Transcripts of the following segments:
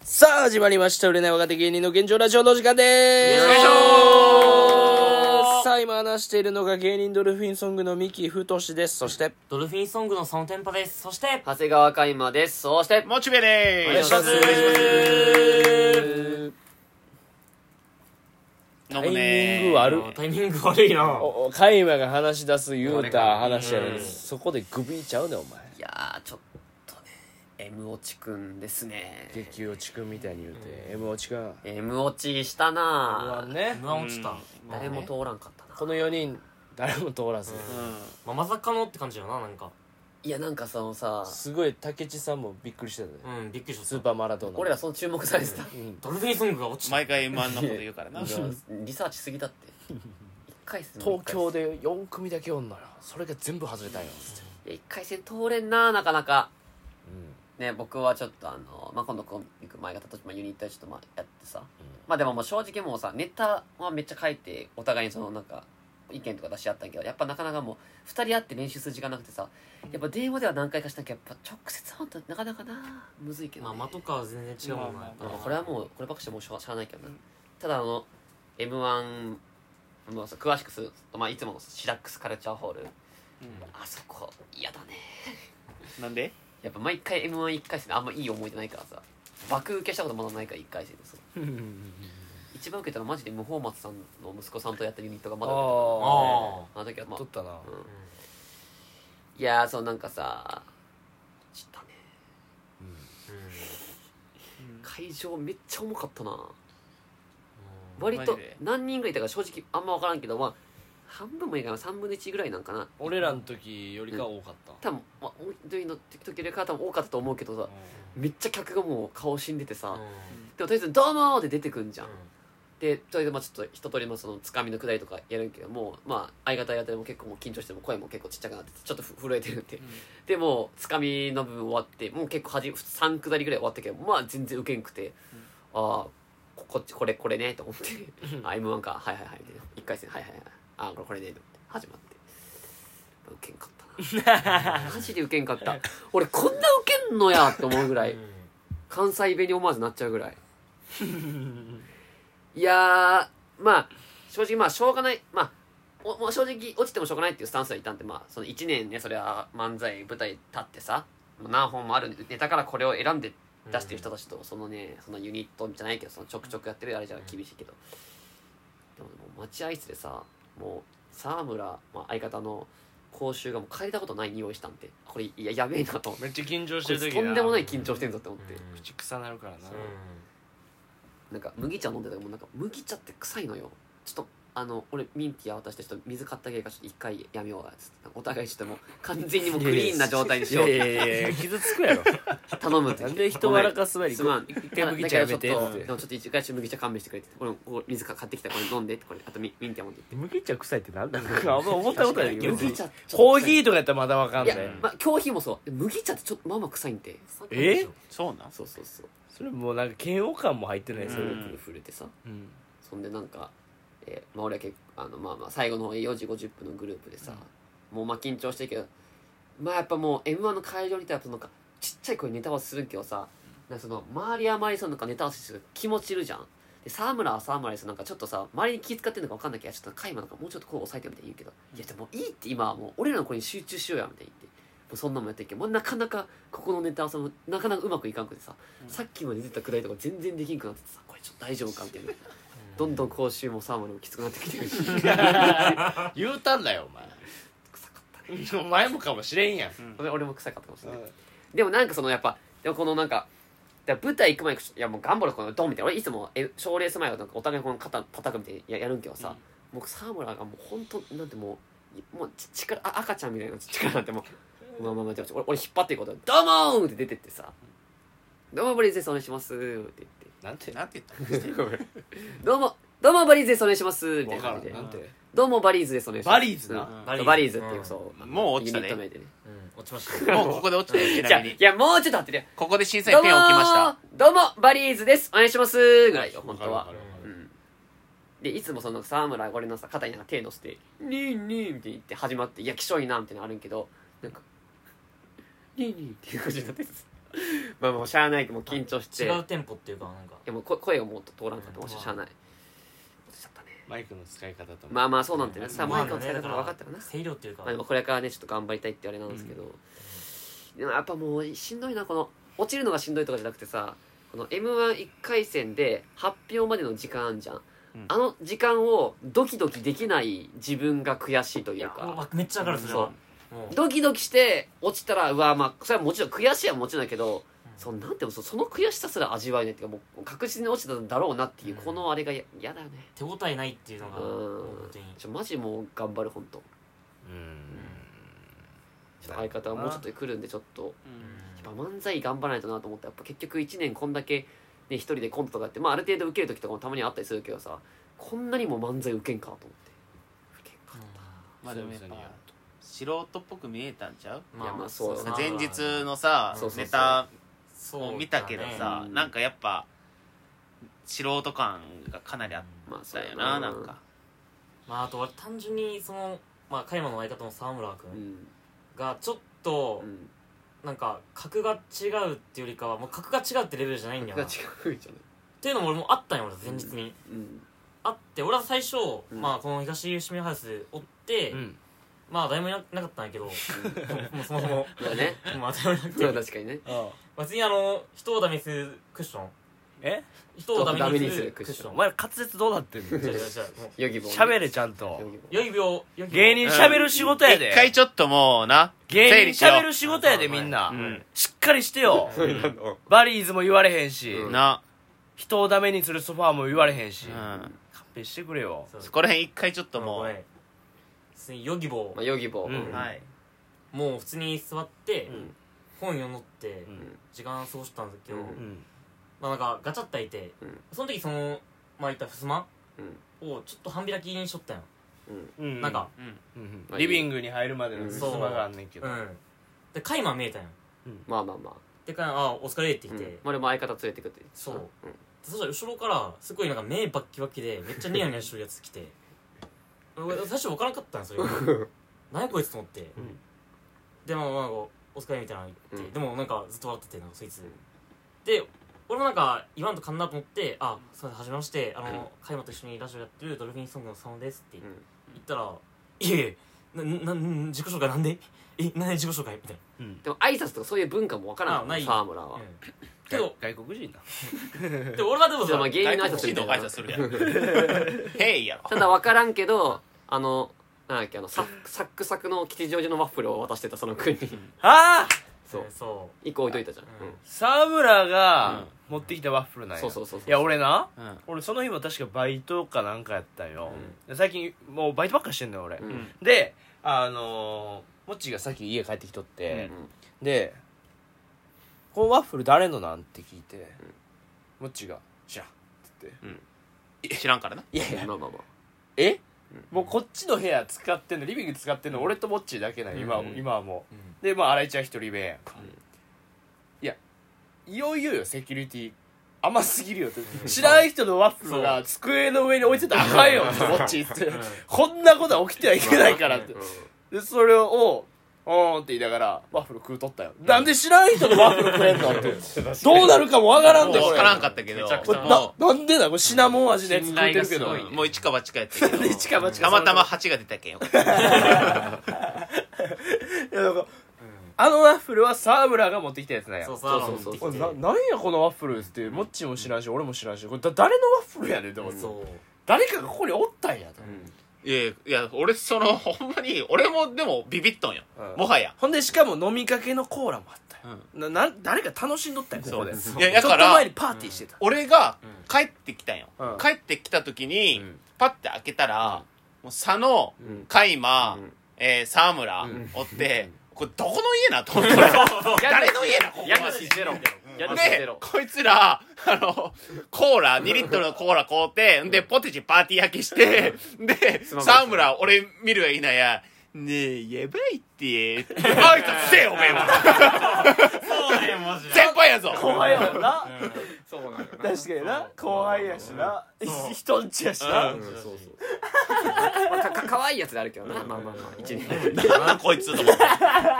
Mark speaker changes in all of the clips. Speaker 1: さあ、始まりました。売れない若手芸人の現状ラジオの時間でーす。
Speaker 2: よいしょー
Speaker 1: さあ、今話しているのが芸人ドルフィンソングの三木太志です。そして、
Speaker 3: ドルフィンソングのそのテンパです。そして、
Speaker 2: 長谷川海馬です。そして、
Speaker 4: モチベで
Speaker 1: お
Speaker 4: ー
Speaker 1: 願いします
Speaker 4: お願いします
Speaker 1: タイミング悪い
Speaker 3: あのタイミング悪いな。
Speaker 1: おおカイマが話し出す言うた話やの
Speaker 3: う
Speaker 1: に、
Speaker 3: ん
Speaker 1: そこでグビいちゃうね、お前。
Speaker 2: いやー、ちょっとね、M 落ちくんですね。
Speaker 1: 激落ちくんみたいに言うて、M 落ちくん。
Speaker 2: M 落ちしたなー
Speaker 1: ね
Speaker 3: M1 落ちた。
Speaker 2: 誰も
Speaker 3: まあね
Speaker 2: 通らんかったな。
Speaker 1: この4人、誰も通らず。
Speaker 3: まあまさかのって感じだよな、なんか。
Speaker 2: いや、なんかそのさ、
Speaker 1: すごい、竹地さんもびっくりしてたね。
Speaker 3: うん、びっくりし
Speaker 1: スー
Speaker 3: た。
Speaker 1: パーマラドーナ。
Speaker 2: 俺らその注目されてた。
Speaker 3: ドルフィンソングが落ちた。
Speaker 4: 毎回 M1 のこと言うからな
Speaker 2: リサーチすぎだって。 一回戦も
Speaker 1: 東
Speaker 2: 一回
Speaker 1: 京
Speaker 2: 戦
Speaker 1: で4組だけおんのよ。それが全部外れたんよ。つって
Speaker 2: いや一回戦通れんななかなか、ね僕はちょっとあの、まあ、今度コンビ組む前方とまあユニットでちょっとまあやってさ、まあでももう正直もうさネタはめっちゃ書いてお互いにそのなんか意見とか出し合ったんやけどやっぱなかなかもう二人会って練習する時間なくてさやっぱ電話では何回かしたけどやっぱ直接会うとなかなかなむずいけど、
Speaker 3: まあ、
Speaker 2: ね
Speaker 3: 間とかは全然違うもんな。やっぱ
Speaker 2: まあこれはもうこればっかしてもうしょうがしゃあないけどな、ただあの m 1もうさ詳しくすると、まあ、いつものシラックスカルチャーホール、あそこ嫌だね
Speaker 4: なんで
Speaker 2: やっぱ毎回 m 1一回戦であんまいい思い出ないからさ爆受けしたことまだないから一回戦でさ一番受けたのマジで無法松さんの息子さんとやったユニットがまだ受け
Speaker 3: あ
Speaker 2: たあの時はまあ
Speaker 1: 取ったな。
Speaker 2: いやーそうなんかさ知ったね
Speaker 3: ーうん
Speaker 2: 会場めっちゃ重かったな
Speaker 3: うん
Speaker 2: 割
Speaker 4: マ
Speaker 2: と
Speaker 4: ジで
Speaker 2: 何人ぐらいいたか正直あんま分からんけどまあ半分もいいかな3分の1ぐらいなんかな
Speaker 1: 俺らの時よりかは多かった。
Speaker 2: 多分まあ本当にの時々から多分多かったと思うけどさめっちゃ客がもう顔死んでてさ、
Speaker 3: うん
Speaker 2: でもとりあえず「どうも!」って出てくんじゃん、
Speaker 3: うん
Speaker 2: でとりあえずまあちょっと一通りまあそのつかみのくだりとかやるんけどもうまあ相方相方でも結構もう緊張しても声も結構ちっちゃくなっててちょっとふ震えてるんで、でもうつかみの部分終わってもう結構はじ3くだりぐらい終わったけどまあ全然ウケんくて、ああここっちこれこれねと思って「あ m 1かはいはいはい」みたいな1回戦「はいはいはいあこれこれね」と思って始まってウケんかった なマジでウケんかった俺こんなウケんのやと思うぐらい関西弁に思わずなっちゃうぐらいいやーまあ正直まあしょうがないまあおもう正直落ちてもしょうがないっていうスタンスでいたんでまあその1年ねそれは漫才舞台立ってさもう何本もあるネタからこれを選んで出してる人たちと、そのねそのユニットじゃないけどそのちょくちょくやってるあれじゃ厳しいけど、でももう待合室でさもう沢村、まあ、相方の講習がもう変えたことない匂いしたんでこれいややべえなと思って
Speaker 1: めっちゃ緊張し
Speaker 2: こ
Speaker 1: て
Speaker 2: い
Speaker 1: る
Speaker 2: つ
Speaker 1: 時
Speaker 2: とんでもない
Speaker 1: な
Speaker 2: 緊張してんぞって思って、
Speaker 3: うん
Speaker 1: 口臭なるからな
Speaker 2: なんか麦茶飲んでたけどもうなんか麦茶って臭いのよちょっとあの俺ミンティア渡してちょっと水買ってあげるからちょっと一回やめようやつってなんかお互いちょっともう完全にもうクリーンな状態にしよ
Speaker 1: いうやいやいや傷つくやろ
Speaker 2: 頼むって
Speaker 1: なんで人笑かす前に
Speaker 2: すまん
Speaker 1: 一回麦茶やめて
Speaker 2: だ
Speaker 1: っ
Speaker 2: か
Speaker 1: て
Speaker 2: らちょっとでもちょっと一回ちょっと麦茶勘弁してくれって俺もここ水買ってきたこれ飲んでってこれあとミミンティア持ってって
Speaker 1: 麦茶臭いってなんだろ うあんま思ったことないけど
Speaker 2: 麦茶ってちょっと臭い
Speaker 1: コーヒーとかやったらまだわかん
Speaker 2: い
Speaker 1: ない
Speaker 2: や、まあ、コーヒーもそう麦茶ってちょっとまあまあ臭いんで
Speaker 1: え
Speaker 4: そうなん
Speaker 2: そうそうそう
Speaker 1: それもうなんか嫌悪感も入ってないそれ、
Speaker 4: う
Speaker 2: 震
Speaker 4: ん
Speaker 2: えて震えてさ
Speaker 1: うん
Speaker 2: そんでなんか、えーまあ、俺は結構あの、まあ、まあ最後の方4時50分のグループでさ、もうまあ緊張してるけどまあやっぱもう m 1の会場にいたらそのなんかちっちゃい声ネタ合わせするけどさなんかその周りは周りそのなんかネタ合わせする気持ちいるじゃんで沢村は沢村でさなんかちょっとさ周りに気遣ってんのか分かんないけどちょっとカイマなんかもうちょっとこう抑えてみたいに言うけど「いやでもいいって今はもう俺らの声に集中しようや」みたいに言って。もうそんなもんやってるけどもうなかなかここのネタ合わせもなかなかうまくいかんくてさ、さっきまで出てたくだりとか全然できんくなっててさこれちょっと大丈夫かみたいなどんどん口臭もサーモンもきつくなってきてるし臭かっ
Speaker 1: 言うたんだよ
Speaker 2: た
Speaker 1: お
Speaker 2: ね
Speaker 1: 前お前もかもしれんやん
Speaker 2: 俺俺も臭かったかもしれないでもなんかそのやっぱでもこのなんかだから舞台行く前にいやもう頑張ろうこのドンみたいな俺いつも賞レース前はなんかお互いこの肩叩くみたいにややるんけどさ、もう沢村がもう本当なんてもうもうち力あ赤ちゃんみたいな力なんてもうまあまあまあ俺俺引っ張っていこうと「どうもー!」って出てってさ「どうもブリーゼスお願いします」って言って
Speaker 1: なんて
Speaker 4: なんて言ったの
Speaker 2: 「どうもどうもブリーゼスお願いします」みたい
Speaker 1: わ
Speaker 2: な
Speaker 1: か
Speaker 2: 感
Speaker 1: ら
Speaker 2: じ
Speaker 1: ん
Speaker 2: で
Speaker 1: なんて
Speaker 2: 「どうもバリーズですお願いします」
Speaker 1: バリーズな
Speaker 2: うん
Speaker 3: バリーズ
Speaker 2: バリーズっていう
Speaker 3: うん
Speaker 2: そう
Speaker 4: もう落ちたね
Speaker 2: ユニット名でね
Speaker 3: うん落ちました。
Speaker 4: もうここで落ちたよち
Speaker 2: じゃ
Speaker 4: な
Speaker 2: あ
Speaker 4: み
Speaker 2: い
Speaker 4: に
Speaker 2: やもうちょっと待ってね
Speaker 4: ここで審査
Speaker 2: どう
Speaker 4: 員
Speaker 2: も
Speaker 4: ペンを置きました
Speaker 2: ーどうもバリーズですお願いしますぐらいよ本当
Speaker 1: わ
Speaker 2: は
Speaker 1: かるわかるわかる
Speaker 2: うんでいつもその沢村が俺のさ肩になんか手乗せて「ニーニー」って言って始まって「いやきしょいな」みたいなのあるんけどなんか「ニーニー」っていう感じになって まあもうしゃあないけどもう緊張してい
Speaker 3: 違う
Speaker 2: や
Speaker 3: テンポっていうかなんか
Speaker 2: もうこ声がもう通らんかったもうし
Speaker 3: うん
Speaker 2: ゃあない落ちちゃったね
Speaker 4: マイクの使い方とも
Speaker 2: まあまあそうなんてねさあ
Speaker 3: ま
Speaker 2: マ
Speaker 3: あ
Speaker 2: イクの使い方が分かったかな
Speaker 3: 声量っていうか
Speaker 2: まあ、でもこれからねちょっと頑張りたいってあれなんですけど、でもやっぱもうしんどいなこの落ちるのがしんどいとかじゃなくてさこの m 1 1回戦で発表までの時間あんじゃん、
Speaker 4: うん
Speaker 2: あの時間をドキドキできない自分が悔しいと
Speaker 3: い
Speaker 2: いう
Speaker 3: や
Speaker 2: か
Speaker 3: あめっちゃわかるそれはうん
Speaker 2: ドキドキして落ちたらうわまあそれはもちろん悔しいはもちろんだけど、そのなんていうのそその悔しさすら味わえないっていうかもう確実に落ちたんだろうなっていう、
Speaker 3: うん
Speaker 2: このあれがや嫌だよね
Speaker 3: 手応えないっていうのが
Speaker 2: うん
Speaker 3: 本当に
Speaker 2: ちょマジもう頑張る本当ちょっと相方はもうちょっと来るんでちょっと
Speaker 4: うん
Speaker 2: やっぱ漫才頑張らないとなと思ってやっぱ結局1年こんだけ、ね、一人でコントとかやって、まあ、ある程度受ける時とかもたまにはあったりするけどさこんなにも漫才受けんかと思って受けんか
Speaker 4: まあでもやっぱ
Speaker 3: そうそう
Speaker 4: 素人っぽく見えたんちゃう
Speaker 3: うん
Speaker 2: いやまあそうよな
Speaker 4: 前日のさ
Speaker 2: そうそうそう
Speaker 4: ネタ
Speaker 3: そうだ
Speaker 4: を
Speaker 3: ね
Speaker 4: 見たけどさ
Speaker 2: うん
Speaker 4: なんかやっぱ素人感がかなりあっ
Speaker 2: まあそう
Speaker 4: たよ
Speaker 2: やな
Speaker 4: ななんか
Speaker 3: まああと俺単純にそのまあ加山の相方の沢村
Speaker 2: う
Speaker 3: 君
Speaker 2: ん
Speaker 3: がちょっと
Speaker 2: うん
Speaker 3: なんか格が違うっていうよりかはもう格が違うってレベルじゃないんだよ
Speaker 2: が
Speaker 3: な
Speaker 2: 違
Speaker 3: っ
Speaker 2: うじゃない
Speaker 3: ていうのも俺もあったんよ俺前日に
Speaker 2: うん
Speaker 3: あって俺は最初
Speaker 2: うん
Speaker 3: まあこの東吉見ハウスおって
Speaker 4: うん
Speaker 3: まあ誰もいななかったんやけどもうそもそ も
Speaker 2: まあね
Speaker 3: まあ誰もいなく
Speaker 2: まあ
Speaker 3: て
Speaker 2: 確かにね
Speaker 3: 別にあの人をダメにするクッション
Speaker 5: え
Speaker 3: 人をダメにするクッショ
Speaker 5: お
Speaker 3: ン
Speaker 5: 前ら滑舌どうなってんの
Speaker 3: 違う違う違うもう
Speaker 2: ヨギボーね
Speaker 5: 喋れちゃんと
Speaker 2: ヨギボー
Speaker 3: よい病よい病
Speaker 5: 芸人喋る仕事や
Speaker 4: 一回
Speaker 5: で
Speaker 4: ちょっともうな整
Speaker 5: 芸
Speaker 4: 理し
Speaker 5: 人
Speaker 4: よう
Speaker 5: 喋る仕事やでみんな
Speaker 4: うん
Speaker 5: しっかりしてよ
Speaker 3: そういう
Speaker 5: バリーズも言われへんし
Speaker 2: うん
Speaker 4: な
Speaker 5: 人をダメにするソファーも言われへんし
Speaker 4: う
Speaker 5: 勘
Speaker 4: ん
Speaker 5: 弁してくれよ
Speaker 3: そう
Speaker 4: そこら辺一回ちょっとも
Speaker 3: ごめ
Speaker 4: うん
Speaker 3: 普通にヨギボ
Speaker 2: まあヨギボー
Speaker 5: うん
Speaker 2: うん
Speaker 4: はい
Speaker 3: もう普通に座って
Speaker 5: うん
Speaker 3: 本読んどって
Speaker 5: うん
Speaker 3: 時間過ごしたんですけど
Speaker 2: うん
Speaker 5: うん
Speaker 3: まあなんかガチャっていて
Speaker 2: うん
Speaker 3: その時そのまあいったふすま
Speaker 2: うん
Speaker 3: をちょっと半開きにしとったんよ
Speaker 2: うん
Speaker 5: うん
Speaker 3: なんか
Speaker 4: うん
Speaker 5: うんうんリビングに入るまでの
Speaker 2: うん
Speaker 5: 襖があんねんけど
Speaker 3: うんでカイマン見えたんよ
Speaker 2: まあまあまあ
Speaker 3: でカイマンあお疲れって
Speaker 2: う
Speaker 3: 言っ
Speaker 2: ん
Speaker 3: て
Speaker 2: まあでも相方連れてくって
Speaker 3: そう
Speaker 2: うん
Speaker 3: そしたら後ろからすごいなんか目バッキバキでめっちゃニヤニヤしてるやつ来て俺最初分からなかったんですよそれが何やこいつと思って、
Speaker 5: ん
Speaker 3: でまあまあお疲れみたいなの言って、
Speaker 2: うん
Speaker 3: でもなんかずっと笑っててなんかそいつ、
Speaker 2: ん
Speaker 3: で俺もなんか言わんとかんなと思って「あすいませんはじめましてあの加山、と一緒にラジオやってるドルフィンソングの佐野です」って言
Speaker 2: うん
Speaker 3: ったら「いえいえななな自己紹介なんでえなんで自己紹介?」みたい
Speaker 2: でも挨拶とかそういう文化もわから
Speaker 3: あ
Speaker 2: ん
Speaker 3: ない
Speaker 2: 沢村
Speaker 3: な、
Speaker 2: は
Speaker 3: うんけ
Speaker 5: 外
Speaker 3: ど
Speaker 5: 外国人な
Speaker 3: で俺はでも
Speaker 2: じゃあまあ
Speaker 3: さ
Speaker 2: 芸人の挨
Speaker 4: 外
Speaker 2: 拶
Speaker 4: 国
Speaker 2: みた
Speaker 4: 人
Speaker 2: い
Speaker 4: の挨
Speaker 2: な
Speaker 4: 拶するやんへいやろ
Speaker 2: ただ分からんけどあのなんだっけあのサッサックサクの吉祥寺のワッフルを渡してたその君に
Speaker 5: ああ
Speaker 2: そう
Speaker 3: そ
Speaker 2: 一個置いといたじゃん、
Speaker 3: うん
Speaker 2: う
Speaker 5: 沢村が持ってきたワッフルなんや
Speaker 2: ん、そうそうそうそう
Speaker 5: いや俺な
Speaker 4: うん
Speaker 5: 俺その日も確かバイトかなんかやったんよ、で最近もうバイトばっかしてんのよ俺、
Speaker 2: うんうん
Speaker 5: であのー、もっちーがさっき家帰ってきとって、で「このワッフル誰のなん?」て聞いて、もっちーが「知らん」って言って
Speaker 4: 知らんからな
Speaker 5: 「いやいや
Speaker 2: まあまあまあ
Speaker 5: え、もうこっちの部屋使ってんのリビング使ってんの俺ともっちーだけなの今,、
Speaker 4: うん
Speaker 5: 今はもう、
Speaker 3: うん
Speaker 5: でまあ新井ちゃん一人目やんか、いやいよいよよセキュリティ甘すぎるよって知らない人のワッフルが机の上に置いてたらあかんよってもっちーって
Speaker 3: ん
Speaker 5: こんなことは起きてはいけないからって
Speaker 2: うん
Speaker 5: でそれを「うーん」って言いながらワッフル食うとったよなんで知らん人のワッフル食えんのってどうなるかもわからんでこ
Speaker 4: 分
Speaker 5: れ
Speaker 4: からんかったけど
Speaker 3: めちゃく
Speaker 5: こ
Speaker 3: ち
Speaker 5: れ
Speaker 3: ゃ
Speaker 5: ななんでだこれシナモン味のやつ食うてるけ
Speaker 4: も
Speaker 5: ど
Speaker 4: うもう一か八かやったけど
Speaker 5: 一か八か
Speaker 4: たまたま八が出たけんよかった
Speaker 5: いやなんかあのワッフルは沢村が持ってきたやつなんや
Speaker 3: そう
Speaker 5: こ
Speaker 3: そう
Speaker 2: そうそう
Speaker 3: そ
Speaker 2: そう
Speaker 5: れななんやこのワッフルってもっちも知らんし俺も知らんしこれだ誰のワッフルやねんって思って
Speaker 3: そう
Speaker 5: 誰かがここにおったんやと
Speaker 4: いやいや俺そのほんまに俺もでもビビっとんよ、
Speaker 5: うん
Speaker 4: もはや
Speaker 5: ほんでしかも飲みかけのコーラもあったよなな誰か楽しんどったよこ
Speaker 4: そ
Speaker 5: こ
Speaker 4: う
Speaker 5: で
Speaker 4: です
Speaker 5: ち
Speaker 4: いや
Speaker 5: ょっ
Speaker 4: だ
Speaker 5: と
Speaker 4: から
Speaker 5: 前にパーティーしてた
Speaker 4: 俺が
Speaker 3: うん
Speaker 4: 帰ってきたんよ、
Speaker 5: うん
Speaker 4: 帰ってきた時に、
Speaker 2: うん
Speaker 4: パッて開けたら、もう佐野
Speaker 2: うん
Speaker 4: 海馬、
Speaker 2: うん
Speaker 4: えー沢村、
Speaker 2: ん
Speaker 4: おってこれどこの家なと思ったら誰の家なここ
Speaker 2: 家主ゼロ家主ゼ
Speaker 4: で
Speaker 2: ロ
Speaker 4: こいつらあのコーラ2リットルのコーラ買うてんでポテチパーティー焼きしてで
Speaker 2: スマブラ
Speaker 4: 沢村俺見るやいないやねえやばいって挨拶せえおめえは
Speaker 3: そうねマジで
Speaker 4: 先輩やぞ
Speaker 5: 後輩やもんな
Speaker 2: そうなんだ
Speaker 5: 確かにな後輩やしな人んちやし
Speaker 3: う
Speaker 5: なん
Speaker 2: そうそうまあかか かわいいやつであるけどなまあまあまあ一年
Speaker 4: なんだこいつと思って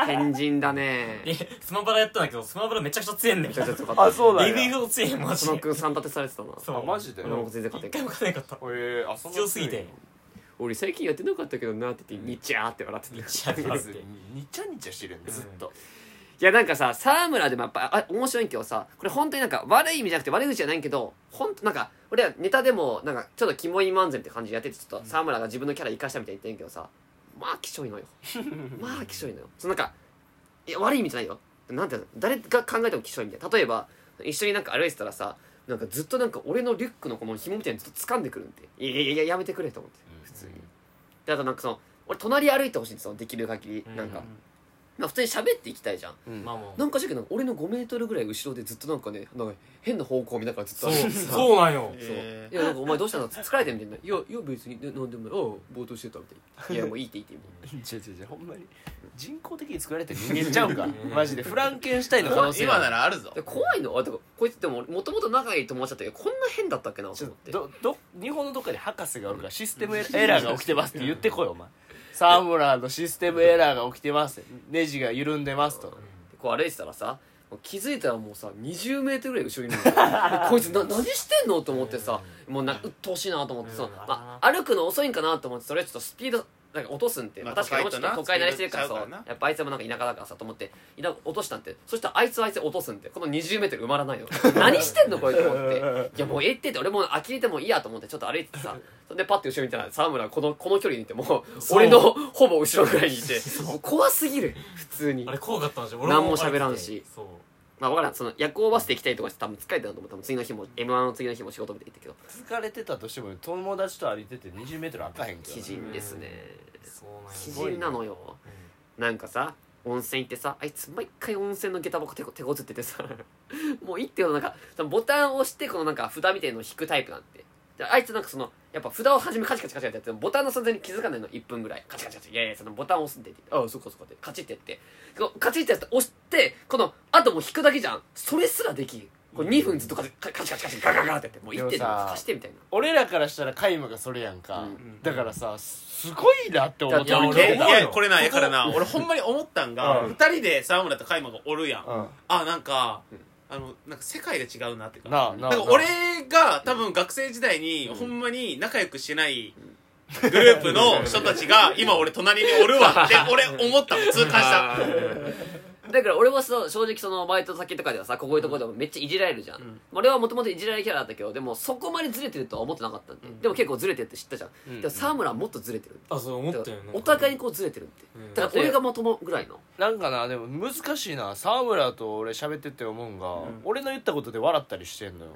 Speaker 2: 変人だね
Speaker 3: えスマブラやったんだけどスマブラめちゃくちゃ強いんだよ
Speaker 2: ちょっと
Speaker 5: あそうなん
Speaker 3: リ
Speaker 5: や
Speaker 3: ビング強いマジ
Speaker 2: その
Speaker 3: で
Speaker 2: くん3立てされてたな
Speaker 3: そ
Speaker 5: あマジで
Speaker 2: 俺も全然勝
Speaker 3: 一
Speaker 2: て
Speaker 3: 回
Speaker 2: ん
Speaker 3: も勝てなかった
Speaker 5: えー、あそんな
Speaker 3: 強すぎて
Speaker 2: 俺最近やってなかったけどなって言ってニチャーって笑ってた
Speaker 3: 一夜で
Speaker 5: ま
Speaker 3: 勝っ
Speaker 5: ず
Speaker 3: て
Speaker 5: にちゃにちゃしてるよねずっと
Speaker 2: いやなんかさ沢村でもやっぱあ面白いけどさこれ本当になんか悪い意味じゃなくて悪い口じゃないけど本当なんか俺はネタでもなんかちょっとキモい漫才って感じでやっててちょっと沢村が自分のキャラ生かしたみたいに言ってんけどさまあきしょいのよまあきしょいのよそのなんかいや悪い意味じゃないよなんていうの誰が考えてもきしょいみたいな例えば一緒になんか歩いてたらさなんかずっとなんか俺のリュックのこの紐みたいにずっと掴んでくるんでいやいやいややめてくれと思って普通にであとなんかその俺隣歩いてほしいんですよできる限りなんか、
Speaker 3: うん
Speaker 2: まあ普通に喋っていきたいじゃん
Speaker 3: まあもう
Speaker 2: なんかしらなんか俺の5メートルぐらい後ろでずっとなんかねなんか変な方向を見ながらずっと
Speaker 3: そう
Speaker 2: 歩いてさ
Speaker 3: そうなんよ
Speaker 2: そういやなんかお前どうしたの疲れてるみたいな「いやいや別に何でもないああぼーっとしてた」みたいな「いやもういいっていいって」 みたいな
Speaker 5: ちゃちゃちゃほんまに人工的に作られてる人間ちゃうんかマジでフランケンシュタインの可能性
Speaker 4: 今な
Speaker 5: ら
Speaker 4: らあるぞ
Speaker 2: で怖いのあてかこいつってももともと仲いい友達だったけどこんな変だったっけなと思って
Speaker 5: どど日本のどっかに博士がおるからシステムエラーが起きてますって言ってこいよお前沢村のシステムエラーが起きてますネジが緩んでますと
Speaker 2: こう歩いてたらさもう気づいたらもうさ2 0ルぐらい後ろにいるのよでこいつな何してんのと思ってさもうな鬱陶しいなと思ってさ、
Speaker 3: うん
Speaker 2: まあ、歩くの遅いんかなと思ってそれちょっとスピードなんか落とすんって、
Speaker 4: まあ
Speaker 2: まあ確かに俺もちょっと都
Speaker 4: 都
Speaker 2: 会慣
Speaker 4: 会とな
Speaker 2: れしてるから
Speaker 4: スピー
Speaker 2: さ
Speaker 4: ドちゃうからな
Speaker 2: やっぱあいつもなんか田舎だからさと思って田舎落としたんってそしたらあいつはあいつで落とすんってこの20メートル埋まらないの何してんのこれと思っていやもうええってって俺もう呆れてもいいやと思ってちょっと歩いててさそんでパッて後ろ見たら沢村このこの距離にいてもう
Speaker 3: そう
Speaker 2: 俺のほぼ後ろぐらいにいてもう怖すぎる普通に
Speaker 3: あれ怖かったんじゃん
Speaker 2: 何も喋らんし
Speaker 3: そう
Speaker 2: まあ、わからんその夜行バスで行きたいとかして多分疲れてたと思う多分次の日も m 1の次の日も仕事みたいに行ったけど
Speaker 5: 疲れてたとしても友達と歩いてて2 0ル開かへんけど
Speaker 2: 基
Speaker 5: な
Speaker 2: 人ですね
Speaker 3: そうなんよ
Speaker 2: 基人なのよなんかさ温泉行ってさあいつ毎回温泉の下駄箱手こ手こずっててさ もういいってよなんかそのボタンを押してこのなんか札みたいのを引くタイプなんてであいつなんかそのやっぱ札を初めカチカチカチカチやってボタンの存在に気づかないの1分ぐらいカチカチカチいやいやそのボタンを押すんでって言ってああそっかそっかってカチってやってこうカチってやって押してこのあともう引くだけじゃんそれすらできんこれ2分ずっとカチカチカチカチカチガガガってやってもう1
Speaker 5: で
Speaker 2: 点
Speaker 5: もさ
Speaker 2: 貸してみたいな
Speaker 5: 俺らからしたら皆無がそれやんか、
Speaker 2: うん
Speaker 5: だからさすごいなって思っ
Speaker 2: い
Speaker 5: て
Speaker 2: や
Speaker 5: 俺
Speaker 4: い
Speaker 3: 俺
Speaker 5: 聞
Speaker 4: や
Speaker 5: い
Speaker 4: い
Speaker 5: た
Speaker 3: 思うよ
Speaker 4: やこれなんやからな俺ほんまに思ったんが
Speaker 5: うん
Speaker 4: 二人で沢村と加山がおるやん
Speaker 5: うん
Speaker 4: あなんかあのなんか世界が違うなっていうか
Speaker 5: なあなあ
Speaker 4: なんか俺が多分学生時代にほんまに仲良くしてないグループの人たちが今俺隣におるわ って俺思ったの痛感した
Speaker 2: だから俺はそう正直そのバイト先とかではさこういうところでもめっちゃいじられるじゃん、俺はもともといじられるキャラだったけどでもそこまでずれてるとは思ってなかったんで、でも結構ずれてるって知ったじゃん、
Speaker 5: ん
Speaker 2: でも沢村はもっとずれてる
Speaker 3: あそう思
Speaker 2: だ
Speaker 3: っ
Speaker 2: か
Speaker 3: た
Speaker 2: ら
Speaker 3: よなんか
Speaker 2: お互いにこうずれてるって、
Speaker 3: うん
Speaker 2: だから俺がまともぐらいの
Speaker 5: なんかなでも難しいな沢村と俺喋ってて思うんが、俺の言ったことで笑ったりしてんのよ、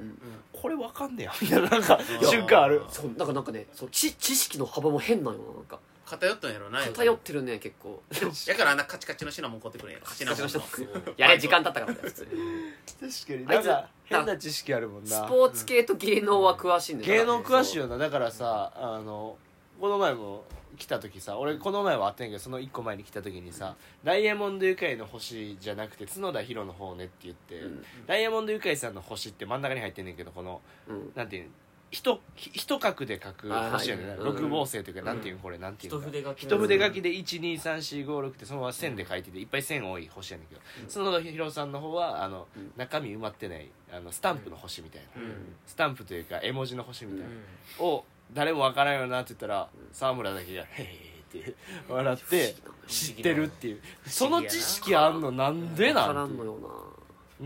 Speaker 5: これわかんねえやみ たいななんか
Speaker 4: うん
Speaker 5: 瞬間ある
Speaker 2: そうなんかなんかねそう知知識の幅も変なよなんか
Speaker 4: 偏ったんやろな
Speaker 2: 偏ってるね結 構
Speaker 4: やからあんなカチカチのシナモン買ってくれんやろカチナモンの
Speaker 2: カチカチやれ時間経ったからだよ普通に
Speaker 5: 確かに
Speaker 2: あ
Speaker 5: な
Speaker 2: い
Speaker 5: ん
Speaker 2: つ
Speaker 5: か変な知識あるもん
Speaker 2: ス
Speaker 5: な
Speaker 2: ポーツ系と芸能は詳しいんだよ
Speaker 5: 芸能詳しいよなだからさあのこの前も来た時さ俺この前は会ってんけどその1個前に来た時にさ「ダイヤモンドユカイの星」じゃなくて角田博の方ねって言って、
Speaker 2: うん
Speaker 5: ダイヤモンドユカイさんの星って真ん中に入ってんねんけどこの
Speaker 2: うん
Speaker 5: なんていう一ひ一角で書く星やねんな
Speaker 2: あはい
Speaker 5: 六芒星というか、なんていうのこれなんていう
Speaker 3: 一
Speaker 5: の
Speaker 3: 筆書き
Speaker 5: 一筆書きで123456ってそのまま線で書いてていっぱい線多い星やねんけど、そのひろさんの方はあの、
Speaker 2: うん
Speaker 5: 中身埋まってないあのスタンプの星みたいな、
Speaker 3: うん
Speaker 5: スタンプというか絵文字の星みたいな、
Speaker 3: うん
Speaker 5: を誰もわからんよなって言ったら沢村だけが「へえ」って笑って知ってるっていうその知識あんのなんで
Speaker 2: わか
Speaker 5: な
Speaker 2: ら
Speaker 5: ん
Speaker 2: んの
Speaker 5: て
Speaker 2: よ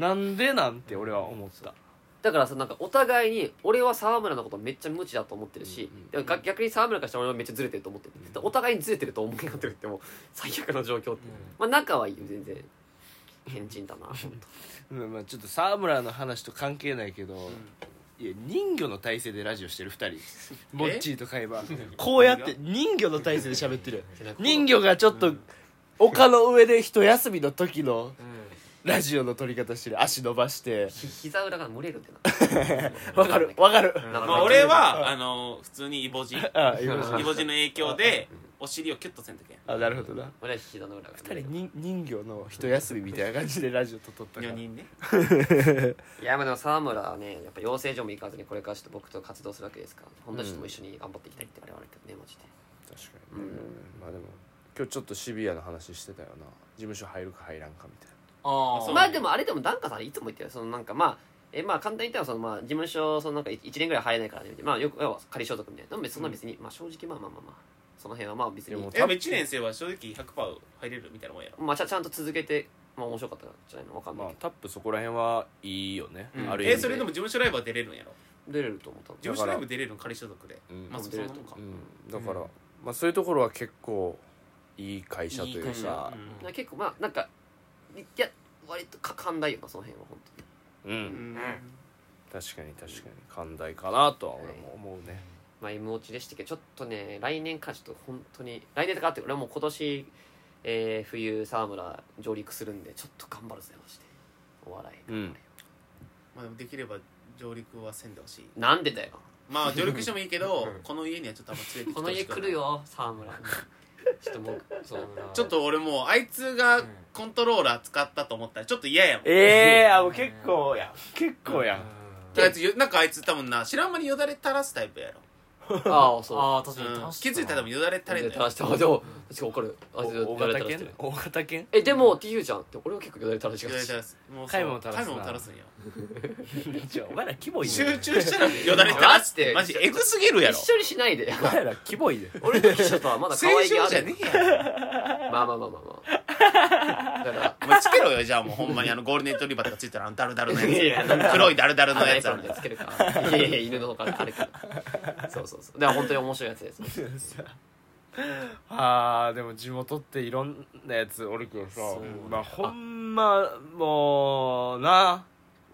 Speaker 2: な
Speaker 5: なんでなんて俺は思った
Speaker 2: だからさなんかお互いに俺は沢村のことめっちゃ無知だと思ってるし、
Speaker 5: うんうん
Speaker 2: でもが逆に沢村からしたら俺はめっちゃずれてると思ってる、だからお互いにずれてると思い合ってるってもう 最悪の状況って、まあ仲はいいよ全然変人だ な本
Speaker 5: うんまあ、ちょっと沢村の話と関係ないけど、いや人魚の体勢でラジオしてる2人 モッチーと会話こうやって人魚の体勢で喋ってる人魚がちょっと丘の上で一休みの時のラジオの撮り方してる足伸ばして
Speaker 2: 当膝裏が漏れ るってな
Speaker 5: わかるわかる
Speaker 2: な
Speaker 4: まあ俺はあの普通にイボジ
Speaker 5: あよろしい
Speaker 4: イボジの影響でお尻をキュッとせんとけん
Speaker 5: あなるほどな
Speaker 2: 俺は膝の裏が
Speaker 5: 二人に人魚の一休みみたいな感じでラジオと撮ったから
Speaker 4: 4人ね
Speaker 2: いやまあでも沢村はねやっぱ養成所も行かずにこれからちょっと僕と活動するわけですから本当にちょっともう一緒に頑張っていきたいって我々けどねマジで
Speaker 5: 確かに、うんまあでも今日ちょっとシビアな話してたよな事務所入るか入らんかみたい
Speaker 3: あ
Speaker 4: そう
Speaker 2: まあでもあれでも檀家さんいつも言ってるそのなんかまあえまあ簡単に言ったらそのまあ事務所そのなんか1年ぐらい入れないからねまあよく要は仮所属みたいなでも別にそんな別に、まあ正直まあまあまあまあその辺はまあ別
Speaker 5: で
Speaker 2: に
Speaker 5: も
Speaker 4: えでも1年生は正直100%入れるみたいなもんやろ
Speaker 2: まあちゃちゃんと続けてまあ面白かったんじゃないのわかん
Speaker 5: な、
Speaker 2: な
Speaker 5: ま
Speaker 2: い
Speaker 5: あ
Speaker 2: け
Speaker 5: タ
Speaker 2: ど、
Speaker 5: ップそこら辺はいいよね、
Speaker 2: うん
Speaker 5: ある意味
Speaker 4: え
Speaker 5: で
Speaker 4: それでも事務所ライブは出れるんやろ
Speaker 2: 出れると思ったの
Speaker 4: 事務所ライブ出れるの仮所属で
Speaker 5: うん
Speaker 4: まあそんなもんか
Speaker 5: うん、だから、まあ、そういうところは結構いい会社という
Speaker 4: いい会
Speaker 5: か
Speaker 4: 社
Speaker 2: だから結構まあなんかいや割とか寛大よなその辺は本当に
Speaker 5: うん、
Speaker 4: うん
Speaker 5: 確かに確かに寛大かなとは俺も思うね、
Speaker 2: まあ M 落ちでしたけどちょっとね来年からちょっと本当に来年とかって俺はもう今年、えー冬沢村上陸するんでちょっと頑張るぜマジでお笑い、
Speaker 5: うん
Speaker 4: まあでもできれば上陸はせんでほしい
Speaker 2: なんでだよ
Speaker 4: まあ上陸してもいいけ どこの家にはちょっとあんま連れてきて
Speaker 2: こ
Speaker 4: ほしく
Speaker 2: の
Speaker 4: な
Speaker 2: 家
Speaker 4: い
Speaker 2: 来るよ沢村ちょっともうそう
Speaker 4: ちょっと俺もうあいつがコントローラー使ったと思ったらちょっと嫌やもん
Speaker 5: ええー、あもう結構や結構やん
Speaker 4: あいつよなんかあいつ多分な知らん間によだれ垂らすタイプやろ、
Speaker 2: ああそう
Speaker 3: ああ確かに
Speaker 4: うん
Speaker 3: 楽し
Speaker 4: 気づいたら多分よだれ垂れん
Speaker 2: 垂
Speaker 4: だよ
Speaker 2: らしてあでも確かに怒るあでも
Speaker 5: 大
Speaker 2: 誰
Speaker 5: 型
Speaker 2: 垂らし
Speaker 5: 犬
Speaker 2: てる
Speaker 5: 大型犬
Speaker 2: えでもって言うじゃんって俺は結構誰垂らし
Speaker 4: よ
Speaker 2: が
Speaker 4: だれ
Speaker 2: ち
Speaker 4: 垂らすもう
Speaker 5: 貝も垂らすな
Speaker 4: 貝も垂らすんよ
Speaker 5: じゃあお前らキモい
Speaker 4: 集
Speaker 5: ね
Speaker 4: 中したらよだれ垂らすっ
Speaker 2: 待って
Speaker 4: てマジエグすぎるやろ
Speaker 2: 一緒にしないで
Speaker 5: お前らキモいね
Speaker 2: 俺の秘書とは まだ可
Speaker 4: 正
Speaker 2: 愛げあ
Speaker 4: 常じゃ
Speaker 2: る
Speaker 4: ねえやろ
Speaker 2: まあまあまあまあまあだから
Speaker 4: お前つけろよじゃあもうほんまにあのゴールデントリバーとかついたらあのダルダルのやつ黒いダルダルのやつある
Speaker 2: でつけるからいやいや犬の方からあるからそうそうそうだから本当に面白いやつです
Speaker 5: あーでも地元っていろんなやつおるけどさ、
Speaker 3: そうね
Speaker 5: まあほんまもうな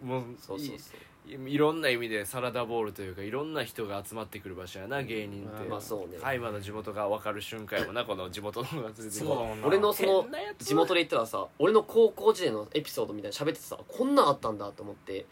Speaker 5: もう
Speaker 2: そうそうそ
Speaker 5: いいろんな意味でサラダボールというかいろんな人が集まってくる場所やな芸人って、
Speaker 2: うまあそうね、
Speaker 5: 海馬の地元が分かる瞬間やもんなこの地元の方が連れてく
Speaker 3: そ
Speaker 5: る
Speaker 3: うだもんな
Speaker 2: 俺のその
Speaker 5: 変なやつ
Speaker 2: 地元で言ったらさ俺の高校時代のエピソードみたいなの喋っててさこんなんあったんだと思って、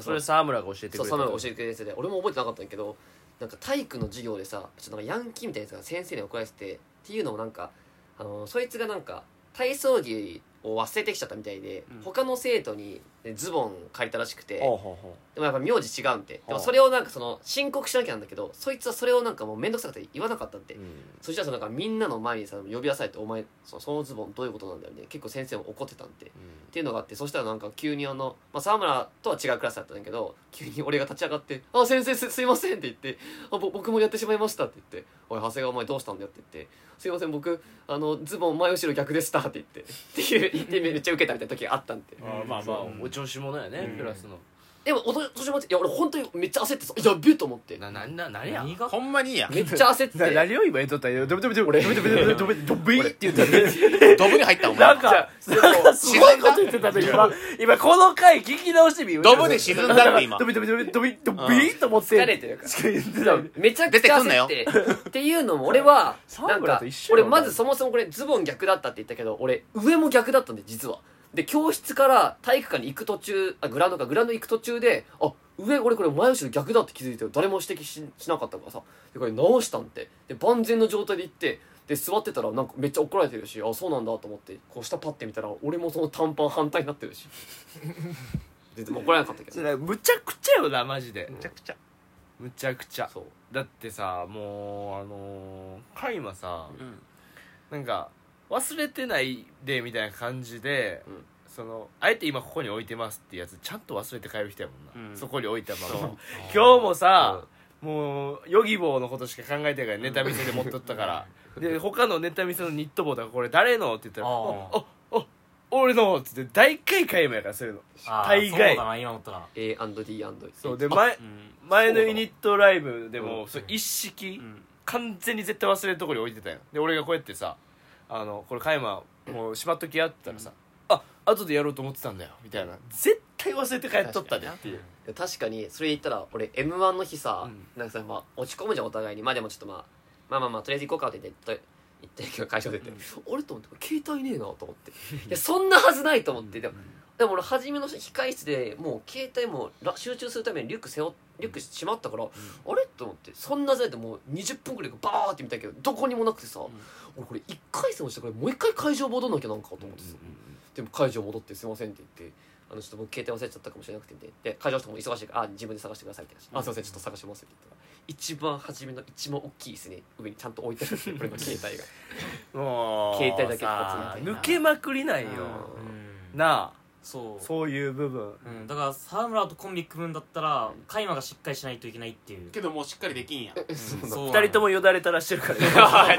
Speaker 5: それ沢村が教えてくれ
Speaker 2: そう
Speaker 5: た
Speaker 2: サムが教えてくれてて俺も覚えてなかったんだけどなんか体育の授業でさちょっとなんかヤンキーみたいなやつが先生に怒られててっていうのもなんかあのそいつがなんか体操着を忘れてきちゃったみたいで、
Speaker 4: うん
Speaker 2: 他の生徒にズボン借りたらしくて、
Speaker 5: ほうほうほ
Speaker 2: でもやっぱ名字違うんでで
Speaker 5: は
Speaker 2: も
Speaker 5: あ
Speaker 2: それをなんかその申告しなきゃなんだけどそいつはそれをなんかもう面倒くさくて言わなかったって、
Speaker 5: う、うん
Speaker 2: そしたらさなんかみんなの前にさ呼び出されて「お前そそのズボンどういうことなんだよね」結構先生も怒ってたんでっていうのがあってそしたらなんか急にあの、まあ、沢村とは違うクラスだったんだけど急に俺が立ち上がって「あ先生すすいません」って言ってあぼ「僕もやってしまいました」って言って「おい長谷川お前どうしたんだよ」って言って「すいません僕あのズボン前後ろ逆でした」って言ってっていう言ってめっちゃ受けたみたいな時があったんで
Speaker 5: あーまあまあお調子者やね、
Speaker 4: うん
Speaker 5: クラスの
Speaker 2: でもおと年もいや俺本当にめっちゃ焦ってさ「やべえ」と思って
Speaker 5: ななな何や
Speaker 3: 何が
Speaker 4: ほんまにや
Speaker 2: めっちゃ焦って
Speaker 5: な 何を今言っとったんやドブドブドブドブドブドブドブドブイって言った
Speaker 4: ドブに入ったお前
Speaker 5: なんかすごいこと言ってた時今今この回聞き直してみ
Speaker 4: ドブで沈んだって今
Speaker 5: ドブドブドブドブドブイと思って
Speaker 2: 疲れてるから
Speaker 5: 言ってた
Speaker 2: めちゃくちゃ焦ってっていうのも俺 は
Speaker 5: 沢
Speaker 2: なん
Speaker 5: 村
Speaker 2: か
Speaker 5: と一緒や
Speaker 2: 俺
Speaker 5: ん
Speaker 2: まずそもそもこれズボン逆だったって言ったけど俺上も逆だったんで実はで教室から体育館に行く途中あグラウンドかグラウンド行く途中であ上俺これ前後ろ逆だって気づいて誰も指摘ししなかったからさでこれ直したんでで万全の状態で行ってで座ってたらなんかめっちゃ怒られてるしあそうなんだと思ってこう下パッて見たら俺もその短パン反対になって るしででも怒られなかったけど
Speaker 5: それむちゃくちゃよなマジで
Speaker 2: むちゃくちゃ
Speaker 5: むちゃくちゃ
Speaker 2: そう
Speaker 5: だってさもうあのーカイマさ
Speaker 4: うん
Speaker 5: なんか忘れてないでみたいな感じで、
Speaker 2: うん
Speaker 5: そのあえて今ここに置いてますってやつちゃんと忘れて帰る人やもんな、
Speaker 4: うん
Speaker 5: そこに置いたまま
Speaker 3: あー
Speaker 5: 今日もさ、もうヨギボーのことしか考えてないからネタ見せで持っとったから、で他のネタ見せのニット帽とかこれ誰のって言ったら「
Speaker 3: あ
Speaker 5: あああ俺の」っつって大会カイマやからそういうの
Speaker 3: あー
Speaker 5: 大
Speaker 3: そう
Speaker 5: 概
Speaker 3: だな今思ったら
Speaker 2: A&D&
Speaker 5: そうで前
Speaker 4: うん
Speaker 5: 前のユニットライブでも
Speaker 2: うん
Speaker 5: そう一式、
Speaker 4: うん
Speaker 5: 完全に絶対忘れるところに置いてたよで俺がこうやってさ「あのこれカイマもうしまっときや」って言ったらさ「あ後でやろうと思ってたんだよ」みたいな絶対忘れて帰っとったでっていう
Speaker 2: いや確かにそれ言ったら俺 m 1の日さ、
Speaker 5: うん
Speaker 2: なんかさ、まあ、落ち込むじゃんお互いにまあでもちょっと、まあ、まあまあまあとりあえず行こうかって言って言って会社出て、あれと思って携帯ねえなと思っていやそんなはずないと思ってでもでも俺初めの控室でもう携帯もら集中するためにリュック背負っリュックしまったから、あれと思ってそんなずれてもう20分くらいバーって見たけどどこにもなくてさ、俺これ1回戦落ちたからもう1回会場戻んなきゃなんかと思ってさ、でも会場戻って「すいません」って言って「あのちょっと僕携帯忘れちゃったかもしれなくて」って言って会場の人も忙しいから「あ自分で探してください」って話、あすいませんちょっと探します」って言ったら一番初めの一番大きいですね上にちゃんと置いてあるんですよ俺の携 帯が
Speaker 5: もう
Speaker 2: 携帯だけ
Speaker 5: さ
Speaker 2: ポツンっ
Speaker 5: 抜
Speaker 2: て
Speaker 5: けまくりないよ
Speaker 3: うん
Speaker 5: なあ
Speaker 3: そう
Speaker 5: そういう部分
Speaker 3: うん、だから沢村とコンビ組むんだったらカイマがしっかりしないといけないっていう
Speaker 4: けどもうしっかりできんやん
Speaker 2: えそうなの
Speaker 3: そう
Speaker 5: 二人ともよだれ垂らしてるから
Speaker 2: あ違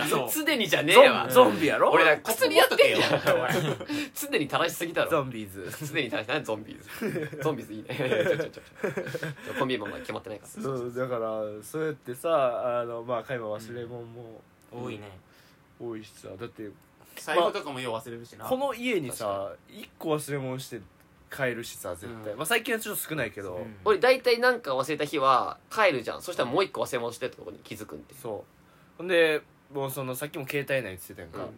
Speaker 2: う
Speaker 3: そ
Speaker 2: よ
Speaker 3: う
Speaker 2: 常にじゃねえ
Speaker 5: ね
Speaker 2: わ
Speaker 5: ゾンゾンビやろ
Speaker 2: 俺ら薬やってんじゃん
Speaker 4: ここ持っと
Speaker 2: 常に垂らしすぎだ
Speaker 5: ゾ
Speaker 2: ろ
Speaker 5: ンビーズ
Speaker 2: 常に垂らしないゾンビーズゾンビーズいいね ちょちょちょちょコンビもまだ決まってないか ら
Speaker 5: そうだからそうやってさあのまあ会話忘れ物も
Speaker 3: 多いね
Speaker 5: 多いしさだって
Speaker 4: けよ財布とかもよう忘れるしな
Speaker 5: この家にさ一個忘れ物して帰るしさ絶対、
Speaker 4: うん
Speaker 5: まあ最近はちょっと少ないけど、
Speaker 3: うん
Speaker 2: 俺大体なんか忘れた日は帰るじゃんそしたらもう一個忘れ物してるとこに気づく んで
Speaker 5: そうほんでもうそのさっきも携帯ないって言ってたやんか、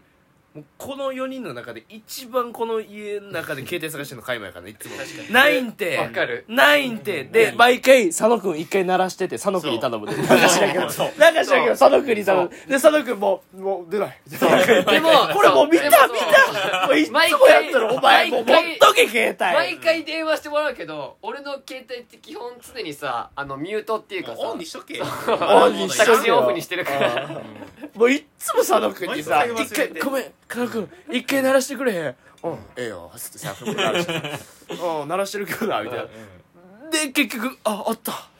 Speaker 5: もうこの4人の中で一番この家の中で 携帯探してるの海馬やからねいつも
Speaker 4: 確かに
Speaker 5: ないんて
Speaker 2: わかる
Speaker 5: ないんてで
Speaker 3: うん
Speaker 5: 毎回佐野くん一回鳴らしてて佐野くんに頼むでなんか知らんけどなんか知らんけど佐野くんに頼むで佐野くんもうもう出ない
Speaker 2: でも
Speaker 5: これもう見
Speaker 2: で
Speaker 5: た
Speaker 2: そう
Speaker 5: 見たもういつもやったらお前
Speaker 2: 毎回
Speaker 5: もう持っとけ携
Speaker 2: 毎
Speaker 5: 帯
Speaker 2: 回電話してもらうけど俺の携帯って基本常にさあのミュートっていうかさ
Speaker 4: オンにしとけ
Speaker 5: オンにしとけ
Speaker 2: 着信オフにしてるから
Speaker 5: もういっつも佐野くんにさ
Speaker 4: 毎回忘
Speaker 5: 一
Speaker 4: れて
Speaker 5: 回ごめん佐野くん一回鳴らしてくれへんうんええよつって佐野くん鳴らしてうん鳴らしてるけどなみたいなで結局ああったっつって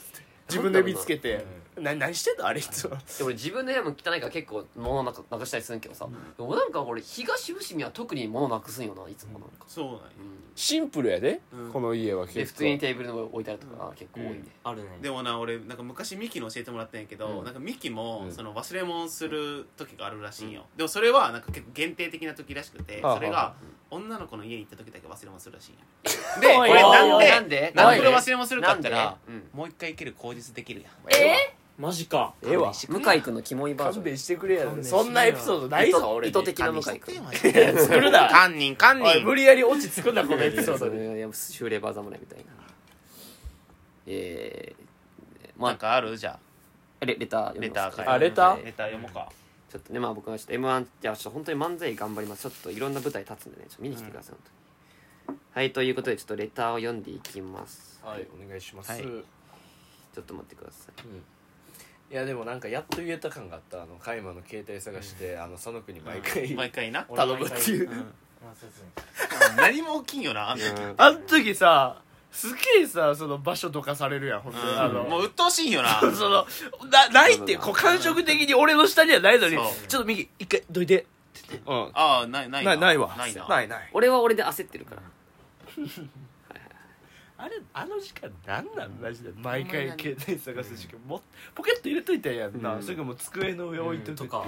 Speaker 5: 自分で見つけてな何してんのあれいつも
Speaker 2: で俺自分の部屋も汚いから結構物なくなくしたりするけどさ、でもなんか俺東伏見は特に物なくすんよないつもなんか、
Speaker 4: そうなんや
Speaker 2: うん
Speaker 5: シンプルやで、
Speaker 4: うん
Speaker 5: この家は
Speaker 2: で
Speaker 5: 結構
Speaker 2: 普通にテーブルの上置いてあるとか結構多いね、
Speaker 3: あるね
Speaker 4: でもな俺なんか昔ミキに教えてもらったんやけど、
Speaker 2: うん
Speaker 4: なんかミキも、
Speaker 5: うん
Speaker 4: その忘れ物する時があるらしいんよ、でもそれはなんか結構限定的な時らしくて
Speaker 5: ああ
Speaker 4: それ
Speaker 5: ああ
Speaker 4: が女の子の家に行った時だけ忘れ物するらしいんや
Speaker 5: で
Speaker 4: これなんで
Speaker 2: なんで
Speaker 4: なんでこれ忘れ物するか
Speaker 2: な
Speaker 4: っ
Speaker 2: ん
Speaker 4: た
Speaker 2: で
Speaker 4: ら
Speaker 2: うん
Speaker 4: もう一回行ける口実でき るやん
Speaker 2: え
Speaker 3: マジか
Speaker 5: ええわ
Speaker 4: し
Speaker 2: 向井君のキモいバー
Speaker 5: 勘
Speaker 2: ジョン
Speaker 5: 弁してくれや
Speaker 3: 勘弁してくれ
Speaker 5: そんなエピソードないぞ俺
Speaker 2: 意
Speaker 5: に
Speaker 2: 図的な向井君
Speaker 5: 作るな
Speaker 4: 堪忍堪
Speaker 5: おい無
Speaker 4: 忍
Speaker 5: 理やり落ち作んなこのエピソー
Speaker 2: そ
Speaker 5: ド
Speaker 2: う
Speaker 5: で
Speaker 2: ねいや修霊バー侍みたいなえー、
Speaker 4: なん
Speaker 2: ま
Speaker 4: かあるじゃ
Speaker 2: あレレター読みます
Speaker 4: レター
Speaker 5: かあレター
Speaker 4: あ
Speaker 2: はい
Speaker 4: レター読もうか
Speaker 2: ちょっとねまあ僕はちょっと m 1じゃあちょっと本当に漫才頑張りますちょっといろんな舞台立つんでねちょっと見に来てください、本当にはいということでちょっとレターを読んでいきます
Speaker 5: はいお願いします、
Speaker 4: はい
Speaker 5: い、
Speaker 2: ちょっと待ってください
Speaker 5: やでもなんかやっと言えた感があったあのカイマの携帯探して、あの佐野くんに毎回、
Speaker 4: 毎回な
Speaker 5: 頼むっていう
Speaker 3: 俺も毎回うんまあそうですね
Speaker 4: 何も起きんよなあんな
Speaker 5: あの時さすげえさその場所どかされるやん本当に、あ
Speaker 4: う
Speaker 5: の
Speaker 4: んもう鬱陶しいんよ な
Speaker 5: そのなないってこう感触的に俺の下にはないのに
Speaker 4: そう
Speaker 5: ちょっと右一回どいてって言ってうん
Speaker 4: ああないない
Speaker 5: ないないわ
Speaker 4: ないな
Speaker 5: ないない
Speaker 2: 俺は俺で焦ってるから
Speaker 5: あれあの時間なんなんマジで毎
Speaker 2: ほ
Speaker 5: 回
Speaker 2: んまに
Speaker 5: 携帯探す時間もポケット入れといたやんな、
Speaker 2: うん
Speaker 5: すぐもう机の上置いとくっていう、
Speaker 3: うんとか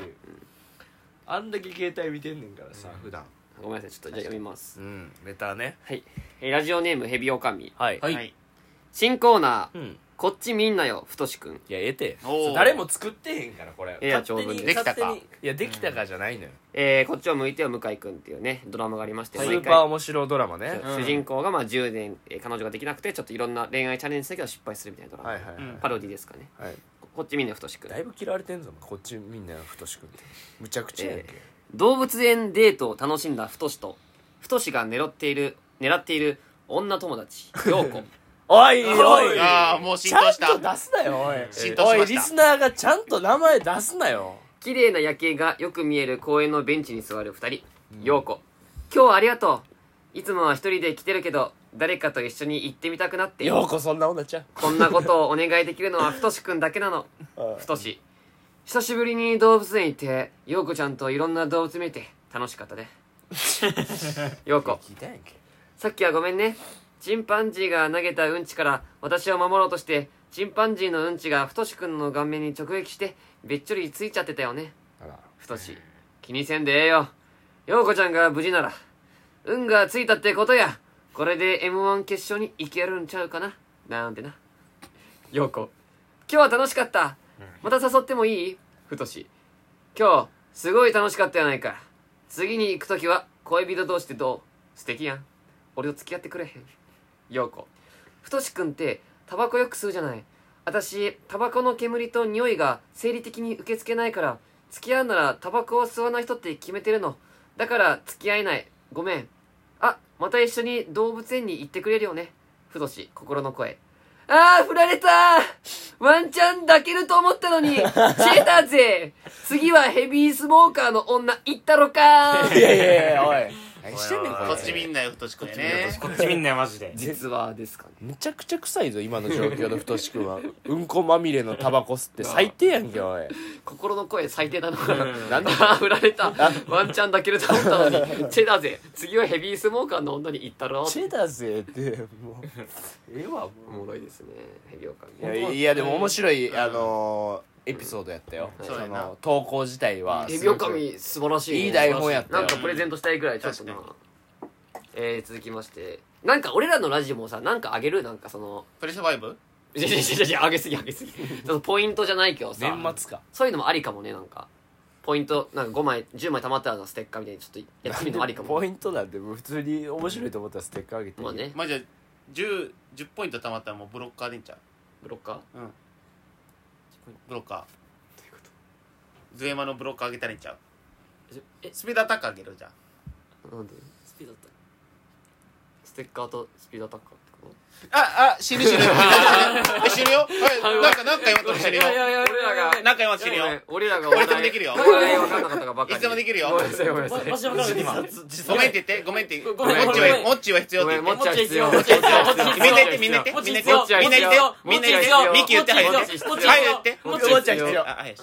Speaker 5: あんだけ携帯見てんねんからさ、普段
Speaker 2: ごめんなさいちょっとじゃあ読みます
Speaker 5: うんレターね
Speaker 2: はい、えーラジオネームヘビオカミ
Speaker 5: はい、
Speaker 3: はい
Speaker 4: はい
Speaker 2: 新コーナー
Speaker 5: うん
Speaker 2: こっちみんなよふとしくん
Speaker 5: いや得て
Speaker 4: おー
Speaker 5: そう誰も作ってへんからこれ
Speaker 2: ええや
Speaker 5: 勝手に
Speaker 2: 長文
Speaker 4: で
Speaker 5: 勝手に
Speaker 4: でき
Speaker 5: いやできたかじゃないのよ、
Speaker 2: えーこっちを向いてよ向井くんっていうねドラマがありまして
Speaker 5: ス
Speaker 2: 毎
Speaker 5: ー
Speaker 2: 回
Speaker 5: パー面白ドラマね
Speaker 2: そう主人公がまあ10年、えー彼女ができなくてちょっといろんな恋愛チャレンジしたけど失敗するみたいなドラマ、
Speaker 5: はいはいはい、
Speaker 4: うん
Speaker 2: パロディですかね
Speaker 5: はい、
Speaker 2: ここっちみんなふとしくん
Speaker 5: だいぶ嫌われてんぞこっちみんなふとしくんってむちゃくちゃやんけ、
Speaker 2: 動物園デートを楽しんだふとしとふとしが狙っている狙っている女 友達陽子
Speaker 5: おいおい
Speaker 4: ああもう
Speaker 5: ち
Speaker 4: 浸
Speaker 5: ゃ
Speaker 4: 透
Speaker 5: ん
Speaker 4: した
Speaker 5: と出すなよおい
Speaker 4: 浸透
Speaker 5: お
Speaker 4: しま
Speaker 5: い
Speaker 4: した
Speaker 5: リスナーがちゃんと名前出すなよ
Speaker 2: 綺麗な夜景がよく見える公園のベンチに座る2人陽子、今日はありがとういつもは一人で来てるけど誰かと一緒に行ってみたくなって
Speaker 5: ようこそんな女ちゃん
Speaker 2: こんなことをお願いできるのはふとしくんだけなのふとし久しぶりに動物園行って陽子ちゃんといろんな動物見て楽しかったね陽子
Speaker 5: 聞いたやんけ
Speaker 2: さっきはごめんねチンパンジーが投げたうんちから私を守ろうとしてチンパンジーのうんちがふとしくんの顔面に直撃してべっちょりついちゃってたよね
Speaker 5: あら
Speaker 2: ふとし気にせんでええよ陽子ちゃんが無事なら運がついたってことやこれで m 1決勝に行けるんちゃうかななんてな陽子今日は楽しかったまた誘ってもいいふとし今日すごい楽しかったやないか次に行く時は恋人同士でどう素敵やん俺と付き合ってくれへん陽子太志くんってタバコよく吸うじゃない私タバコの煙と匂いが生理的に受け付けないから付き合うならタバコを吸わない人って決めてるのだから付き合えないごめんあまた一緒に動物園に行ってくれるよねふどし心の声ああ振られたワンチャン抱けると思ったのに知れたぜ次はヘビースモーカーの女行ったろか
Speaker 5: いやいやいやおい何してんねん
Speaker 3: おいおい
Speaker 4: こ
Speaker 5: こ
Speaker 4: っち
Speaker 5: れ
Speaker 4: みんなよ、太しくんね。
Speaker 3: こっちみんなよマジで
Speaker 2: 実はですかね
Speaker 5: むちゃくちゃ臭いぞ今の状況の太しくんはうんこまみれのタバコ吸って最低やんけ おい
Speaker 2: 心の声最低だな
Speaker 3: うん
Speaker 5: なんで
Speaker 2: あ ー振られたワンチャン抱けると思ったの にチェだぜ次はヘビースモーカーの女に行ったろ
Speaker 5: チェダーぜってもうええわも
Speaker 2: おもろいですねヘビオカ
Speaker 5: ういやいやでも面白いあのーエピソードやったよ
Speaker 2: うん
Speaker 4: そう
Speaker 5: そ
Speaker 4: やな
Speaker 5: の投稿自体は
Speaker 2: ヘビオカミ素晴らしいね
Speaker 5: いい台本やった
Speaker 2: な
Speaker 5: よ
Speaker 2: んかプレゼントしたいぐらいちょっとな
Speaker 4: 確か
Speaker 2: えー、続きましてなんか俺らのラジオもさなんかあげるなんかその
Speaker 4: プレシャバイブ
Speaker 2: いやいやいやいやあげすぎあげ すぎそのポイントじゃないけどさ
Speaker 5: 年末か
Speaker 2: そういうのもありかもねなんかポイントなんか5枚10枚貯まったらステッカーみたいにちょっとやってみるのもありかも
Speaker 5: ポイントなんてもう普通に面白いと思ったらステッカーあげていい
Speaker 2: まあね
Speaker 4: まあじゃあ、10、10ポイント貯まったらもうブロッカーでいいんちゃう
Speaker 2: ブロッカー
Speaker 4: ブロッカー。ズエマのブロッカーあげたらいいんちゃう
Speaker 2: え
Speaker 4: スピードアタックあげるじゃん。
Speaker 2: なんでスピードアタックステッカーとスピードアタックってこ
Speaker 4: あ、あ、死ぬ死 ぬ。え死ぬよ。はいなんか、なんか言わんと
Speaker 2: と
Speaker 4: 死ぬよ。
Speaker 2: や俺らが
Speaker 4: なんか言わんと死ぬよ。
Speaker 2: 俺らが
Speaker 4: 俺でもできるよ
Speaker 2: お互い分かんなかったがばかり
Speaker 4: いつでもできるよ
Speaker 2: ごめんなさいごめんなさ
Speaker 3: マ
Speaker 2: い
Speaker 3: ジマジわかる今
Speaker 4: ごめんって言って、ごめんって言って。
Speaker 3: ご
Speaker 4: モ
Speaker 2: めん
Speaker 4: ッチ
Speaker 2: ごめ
Speaker 4: は、
Speaker 3: ん
Speaker 4: モッチは必要
Speaker 2: ご
Speaker 4: って
Speaker 2: めん
Speaker 4: 言
Speaker 2: も
Speaker 4: っ。
Speaker 2: ってちゃ必要
Speaker 3: もっちゃ必要
Speaker 2: もっちゃ必要
Speaker 4: みんな言って、みんな言って、みんな言って、
Speaker 2: もっちゃ
Speaker 4: みんな
Speaker 2: 必
Speaker 4: 言っ
Speaker 2: 要
Speaker 4: て、みんな
Speaker 2: もっちゃ
Speaker 4: 言って
Speaker 2: 必要、
Speaker 4: ミキ言って、はい
Speaker 2: も
Speaker 4: 言
Speaker 2: っ
Speaker 4: っ
Speaker 2: ちゃ必
Speaker 4: て、
Speaker 2: 要
Speaker 4: はい言って、
Speaker 2: もっ
Speaker 5: ちゃ必要
Speaker 4: あ、はいよし。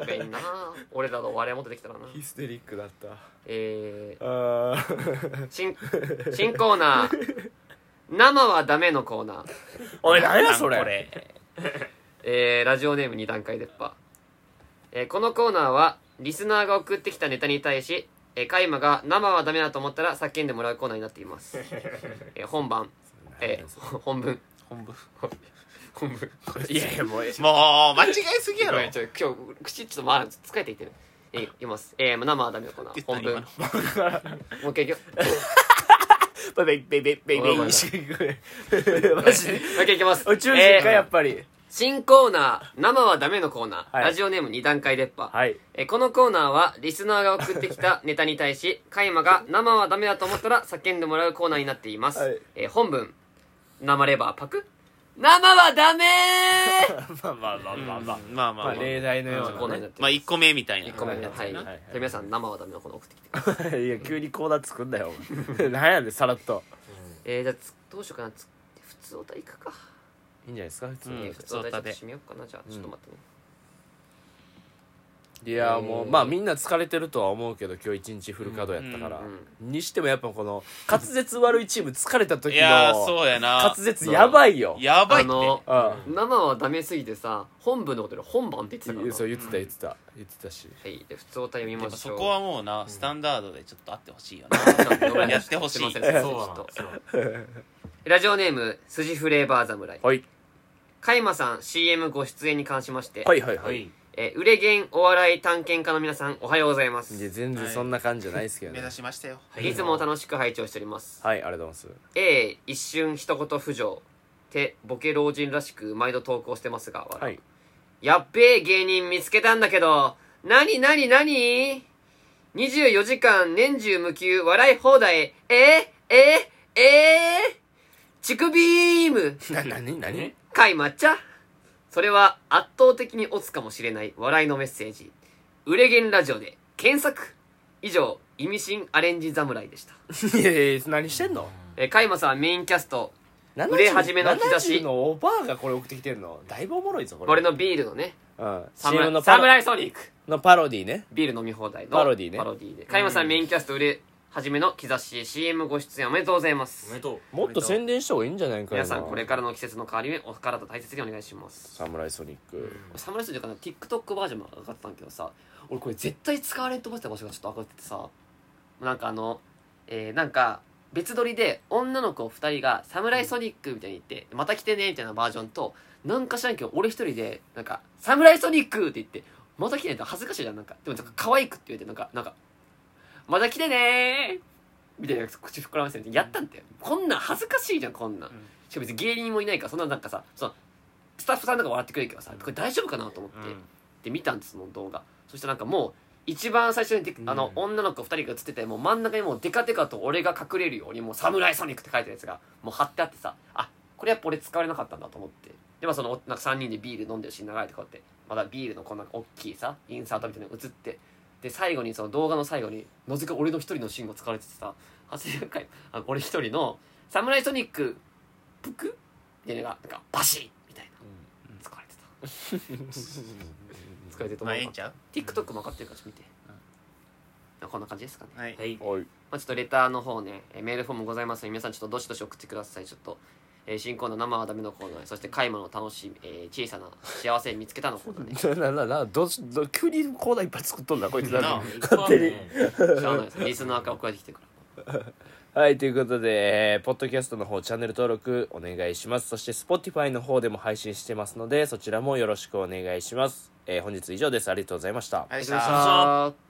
Speaker 2: ごめんな俺らの我も出てきたらな
Speaker 5: ヒステリックだった
Speaker 2: えー
Speaker 5: あー
Speaker 2: 新新コーナー生はダメのコーナー
Speaker 5: おい何やそれ
Speaker 4: これ。
Speaker 2: えーラジオネーム2段階出っ歯、えーこのコーナーはリスナーが送ってきたネタに対し、えー、カイマが生はダメだと思ったら叫んでもらうコーナーになって います、えー本番、えーほ本文
Speaker 4: 本文
Speaker 2: 本文
Speaker 5: いやいやもうえ
Speaker 4: もう、間違いすぎやろ。
Speaker 2: ちょ今日口ちょっと回らん疲れていってる、えー、読みます、えー、生はダメのコーナー本文
Speaker 4: 今
Speaker 2: もう一回いくよ
Speaker 5: ベベベベベベ
Speaker 2: おいおいお い
Speaker 5: マジで
Speaker 2: もう一回いきます
Speaker 5: 宇宙人かやっぱり
Speaker 2: 新コーナー生はダメのコーナー、
Speaker 5: はい
Speaker 2: ラジオネーム2段階出っ歯、
Speaker 5: はい
Speaker 2: えーこのコーナーはリスナーが送ってきたネタに対しカイマが生はダメだと思ったら叫んでもらうコーナーになっています、
Speaker 5: はい
Speaker 2: えー本文生レバーパク生はダメー
Speaker 5: まあまあまあまあまあ
Speaker 4: まあま
Speaker 5: ま
Speaker 4: あ
Speaker 5: あ
Speaker 4: まあ。
Speaker 5: 例題のよ
Speaker 2: コ
Speaker 5: う
Speaker 2: ーナー
Speaker 5: な
Speaker 2: にな
Speaker 5: ね
Speaker 2: って
Speaker 4: まあ
Speaker 2: ます、
Speaker 4: 1個目みたいな。
Speaker 2: 1個目のはい、
Speaker 5: はいはい
Speaker 2: じゃあ皆さん生はダメのコーナー送ってきてください、
Speaker 5: いや急にコーナー作んだよお 前何やねんさらっと
Speaker 2: えー、じゃあつどうしようかなつ普通おたいくか、
Speaker 5: いいんじゃないですか普通
Speaker 4: うん
Speaker 2: えー普通おた
Speaker 4: 普通
Speaker 2: ちょ
Speaker 4: お
Speaker 2: ったと
Speaker 4: で
Speaker 2: 締めようかなじゃあちょっと待ってね、
Speaker 5: いやーもう
Speaker 2: えー
Speaker 5: まあみんな疲れてるとは思うけど今日一日フル稼働やったから
Speaker 2: うん
Speaker 5: にしてもやっぱこの滑舌悪いチーム疲れた時
Speaker 4: いやー、
Speaker 5: の
Speaker 4: そうやな
Speaker 5: 滑。舌やばいよ
Speaker 4: やば
Speaker 2: あ
Speaker 4: いって。
Speaker 2: の
Speaker 5: あ
Speaker 2: 生はダメすぎてさ本部のことで本番って言ってたからな
Speaker 5: そう言ってた言ってた言ってたし
Speaker 2: はいで普通おた読み
Speaker 4: や
Speaker 2: ま
Speaker 4: っぱ
Speaker 2: し
Speaker 4: そ
Speaker 2: ょう
Speaker 4: こはもうな、スタンダードでちょっとあってほしいよな。やってほしい。
Speaker 2: すません
Speaker 3: そう
Speaker 2: ちょっと
Speaker 3: なの
Speaker 2: ラジオネーム筋フレーバー侍
Speaker 5: はい
Speaker 2: カイマさん CM ご出演に関しまして、
Speaker 5: はいはい
Speaker 3: そ
Speaker 5: は
Speaker 3: う
Speaker 5: い
Speaker 2: えー売れ弦お笑い探検家の皆さんおはようございます
Speaker 5: いや全然そんな感じじゃないですけど
Speaker 4: 目
Speaker 5: ね
Speaker 4: 指しましたよ。
Speaker 3: はい
Speaker 2: いつも楽しく拝聴しております
Speaker 5: はいありがとうござい
Speaker 2: A 一瞬一言浮上てボケ老人らしく毎度投稿してますが、
Speaker 5: ますはい
Speaker 2: やっべえ芸人見つけたんだけどなになになに24時間年中無休笑い放題えー、えー、えー、乳首ビーム
Speaker 5: な何何
Speaker 2: かい抹茶それは圧倒的にオツかもしれない笑いのメッセージ「売れ弦ラジオ」で検索以上意味深アレンジ侍でした
Speaker 5: いやいや何してんの
Speaker 2: えーカイマさんメインキャスト
Speaker 5: 70
Speaker 2: 売れ始めの兆し
Speaker 5: 70のおばあがこれ送ってきてんのだいぶおもろいぞこれ
Speaker 2: 俺のビールのね
Speaker 5: うん
Speaker 2: 侍
Speaker 5: CM のパロ
Speaker 2: 侍ソニック
Speaker 5: のパロディね
Speaker 2: ビール飲み放題の
Speaker 5: パロディね
Speaker 2: パロディでカイマさんメインキャスト売れ始めの兆し CM ご出演おめでとうございま
Speaker 3: おめですとう
Speaker 5: もっと宣伝した方がいいんじゃないかな
Speaker 2: 皆さんこれからの季節の変わり目お体大切にお願いします
Speaker 5: サムライソニック
Speaker 2: 侍ソニックかな TikTok バージョンも上がってたんだけどさ俺これ絶対使われんと思ってた場所がちょっと上がっててさなんかあのえー、なんか別撮りで女の子2人が「サムライソニック」みたいに言って「また来てね」みたいなバージョンとなんか知らんけど俺一人で「なんかサムライソニック」って言って「また来てね」って恥ずかしいじゃんなんかでもなんか可愛くって言うてなんかなんか「また来てねー」みたいな口膨らませてやったんだよこんなん恥ずかしいじゃんこんなん
Speaker 4: ん
Speaker 2: しかも別に芸人もいないからそんななんかさそのスタッフさんとか笑ってくれるけどさこれ大丈夫かなと思って、で見たんですその動画そしたらなんかもう一番最初にであの女の子2人が映っててもう真ん中にもうデカデカと俺が隠れるようにもう「サムライソニック」って書いてるやつがもう貼ってあってさあこれやっぱ俺使われなかったんだと思ってでまあそのなんか3人でビール飲んでるシーン流れてこうやってまだビールのこんな大きいさインサートみたいなの映ってで最後にその動画の最後になぜか俺の一人のシーンが使われててさ長谷川あ俺一人の「サムライソニックぷく」みたいなのがなんかバシッみたいな使われてた使われてると
Speaker 4: ま
Speaker 2: 思う
Speaker 4: あええんちゃ
Speaker 2: TikTok も分かってるからちょっと見て、こんな感じですかね、
Speaker 4: うはい
Speaker 3: はい
Speaker 5: おい
Speaker 2: まあ、ちょっとレターの方ねえーメールフォームございますので皆さんちょっとどしどし送ってくださいちょっと、えー新コーナー生はダメのコーナーそして買い物の楽しみ、えー小さな幸せ見つけたのコーナーね し
Speaker 5: ななななどうしどう急にコーナーいっぱい作っとんなこいつ
Speaker 4: な
Speaker 5: な
Speaker 4: あ
Speaker 5: 勝手に
Speaker 2: ゃあないですリスナーから送られてきてるから
Speaker 5: はいということで、えーポッドキャストの方チャンネル登録お願いしますそして Spotify の方でも配信してますのでそちらもよろしくお願いします、えー本日以上ですありがとうございました
Speaker 4: ありがとうございまし
Speaker 2: あ
Speaker 4: た
Speaker 2: りがとうございました